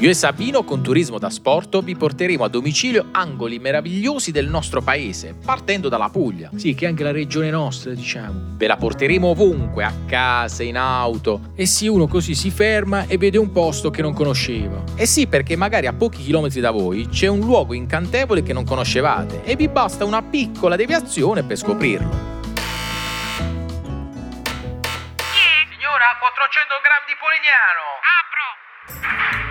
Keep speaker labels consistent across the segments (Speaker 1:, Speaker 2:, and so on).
Speaker 1: Io e Sabino con Turismo da Sporto vi porteremo a domicilio angoli meravigliosi del nostro paese, partendo dalla Puglia.
Speaker 2: Sì, che è anche la regione nostra, diciamo.
Speaker 1: Ve la porteremo ovunque, a casa, in auto.
Speaker 2: E sì, uno così si ferma e vede un posto che non conosceva.
Speaker 1: E Eh sì, perché magari a pochi chilometri da voi c'è un luogo incantevole che non conoscevate e vi basta una piccola deviazione per scoprirlo.
Speaker 3: Signora, 400 grammi di polignano.
Speaker 4: Apro!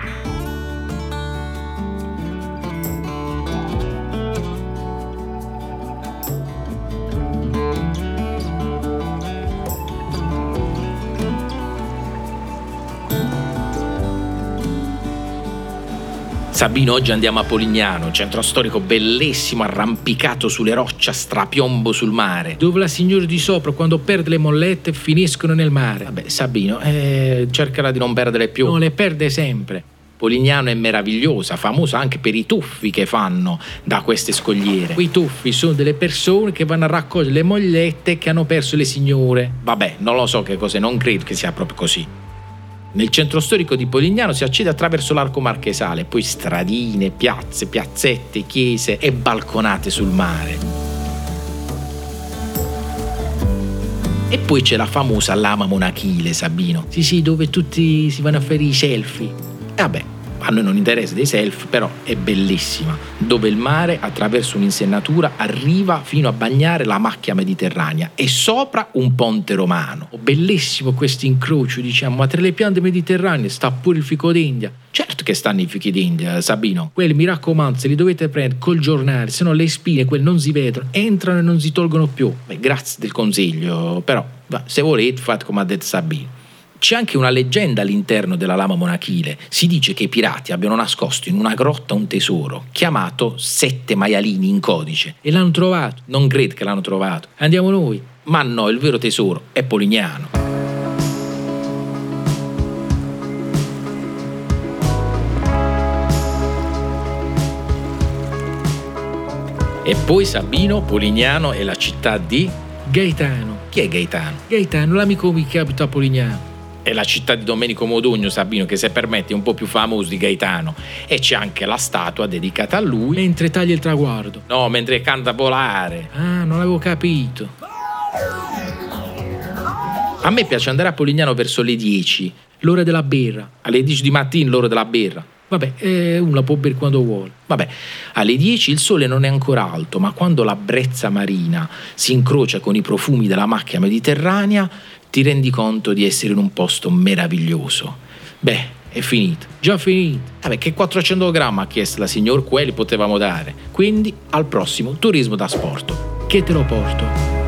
Speaker 1: Sabino, oggi andiamo a Polignano, centro storico bellissimo, arrampicato sulle rocce, a strapiombo sul mare.
Speaker 2: Dove la signora di sopra, quando perde le mollette, finiscono nel mare.
Speaker 1: Vabbè, Sabino, eh, cercherà di non perdere più.
Speaker 2: Non le perde sempre.
Speaker 1: Polignano è meravigliosa, famosa anche per i tuffi che fanno da queste scogliere.
Speaker 2: Quei tuffi sono delle persone che vanno a raccogliere le mollette che hanno perso le signore.
Speaker 1: Vabbè, non lo so che cos'è, non credo che sia proprio così. Nel centro storico di Polignano si accede attraverso l'arco marchesale, poi stradine, piazze, piazzette, chiese e balconate sul mare. E poi c'è la famosa lama monachile, Sabino.
Speaker 2: Sì, sì, dove tutti si vanno a fare i selfie.
Speaker 1: E Eh, vabbè, a noi non interessa dei self, però è bellissima, dove il mare attraverso un'insennatura arriva fino a bagnare la macchia mediterranea e sopra un ponte romano.
Speaker 2: Oh, Bellissimo questo incrocio, diciamo, ma tra le piante mediterranee sta pure il fico d'India.
Speaker 1: Certo che stanno i fichi d'India, eh, Sabino.
Speaker 2: Quelli, mi raccomando, se li dovete prendere col giornale, se no le spine, quelle non si vedono, entrano e non si tolgono più.
Speaker 1: Beh, grazie del consiglio, però va, se volete fate come ha detto Sabino. C'è anche una leggenda all'interno della lama monachile. Si dice che i pirati abbiano nascosto in una grotta un tesoro, chiamato sette maialini in codice.
Speaker 2: E l'hanno trovato.
Speaker 1: Non credo che l'hanno trovato.
Speaker 2: Andiamo noi.
Speaker 1: Ma no, il vero tesoro è Polignano. E poi Sabino, Polignano è la città di...
Speaker 2: Gaetano.
Speaker 1: Chi è Gaetano?
Speaker 2: Gaetano, l'amico mio che abita a Polignano.
Speaker 1: È la città di Domenico Modugno, Sabino, che se permette è un po' più famoso di Gaetano. E c'è anche la statua dedicata a lui.
Speaker 2: Mentre taglia il traguardo.
Speaker 1: No, mentre canta volare.
Speaker 2: Ah, non avevo capito.
Speaker 1: A me piace andare a Polignano verso le 10,
Speaker 2: L'ora della birra.
Speaker 1: alle 10 di mattina l'ora della birra.
Speaker 2: Vabbè, eh, uno la può bere quando vuole.
Speaker 1: Vabbè, alle 10 il sole non è ancora alto, ma quando la brezza marina si incrocia con i profumi della macchia mediterranea, ti rendi conto di essere in un posto meraviglioso. Beh, è finito.
Speaker 2: Già finito.
Speaker 1: Vabbè, che 400 grammi ha chiesto la signor Quelli potevamo dare. Quindi al prossimo Turismo da Sporto.
Speaker 2: Che te lo porto?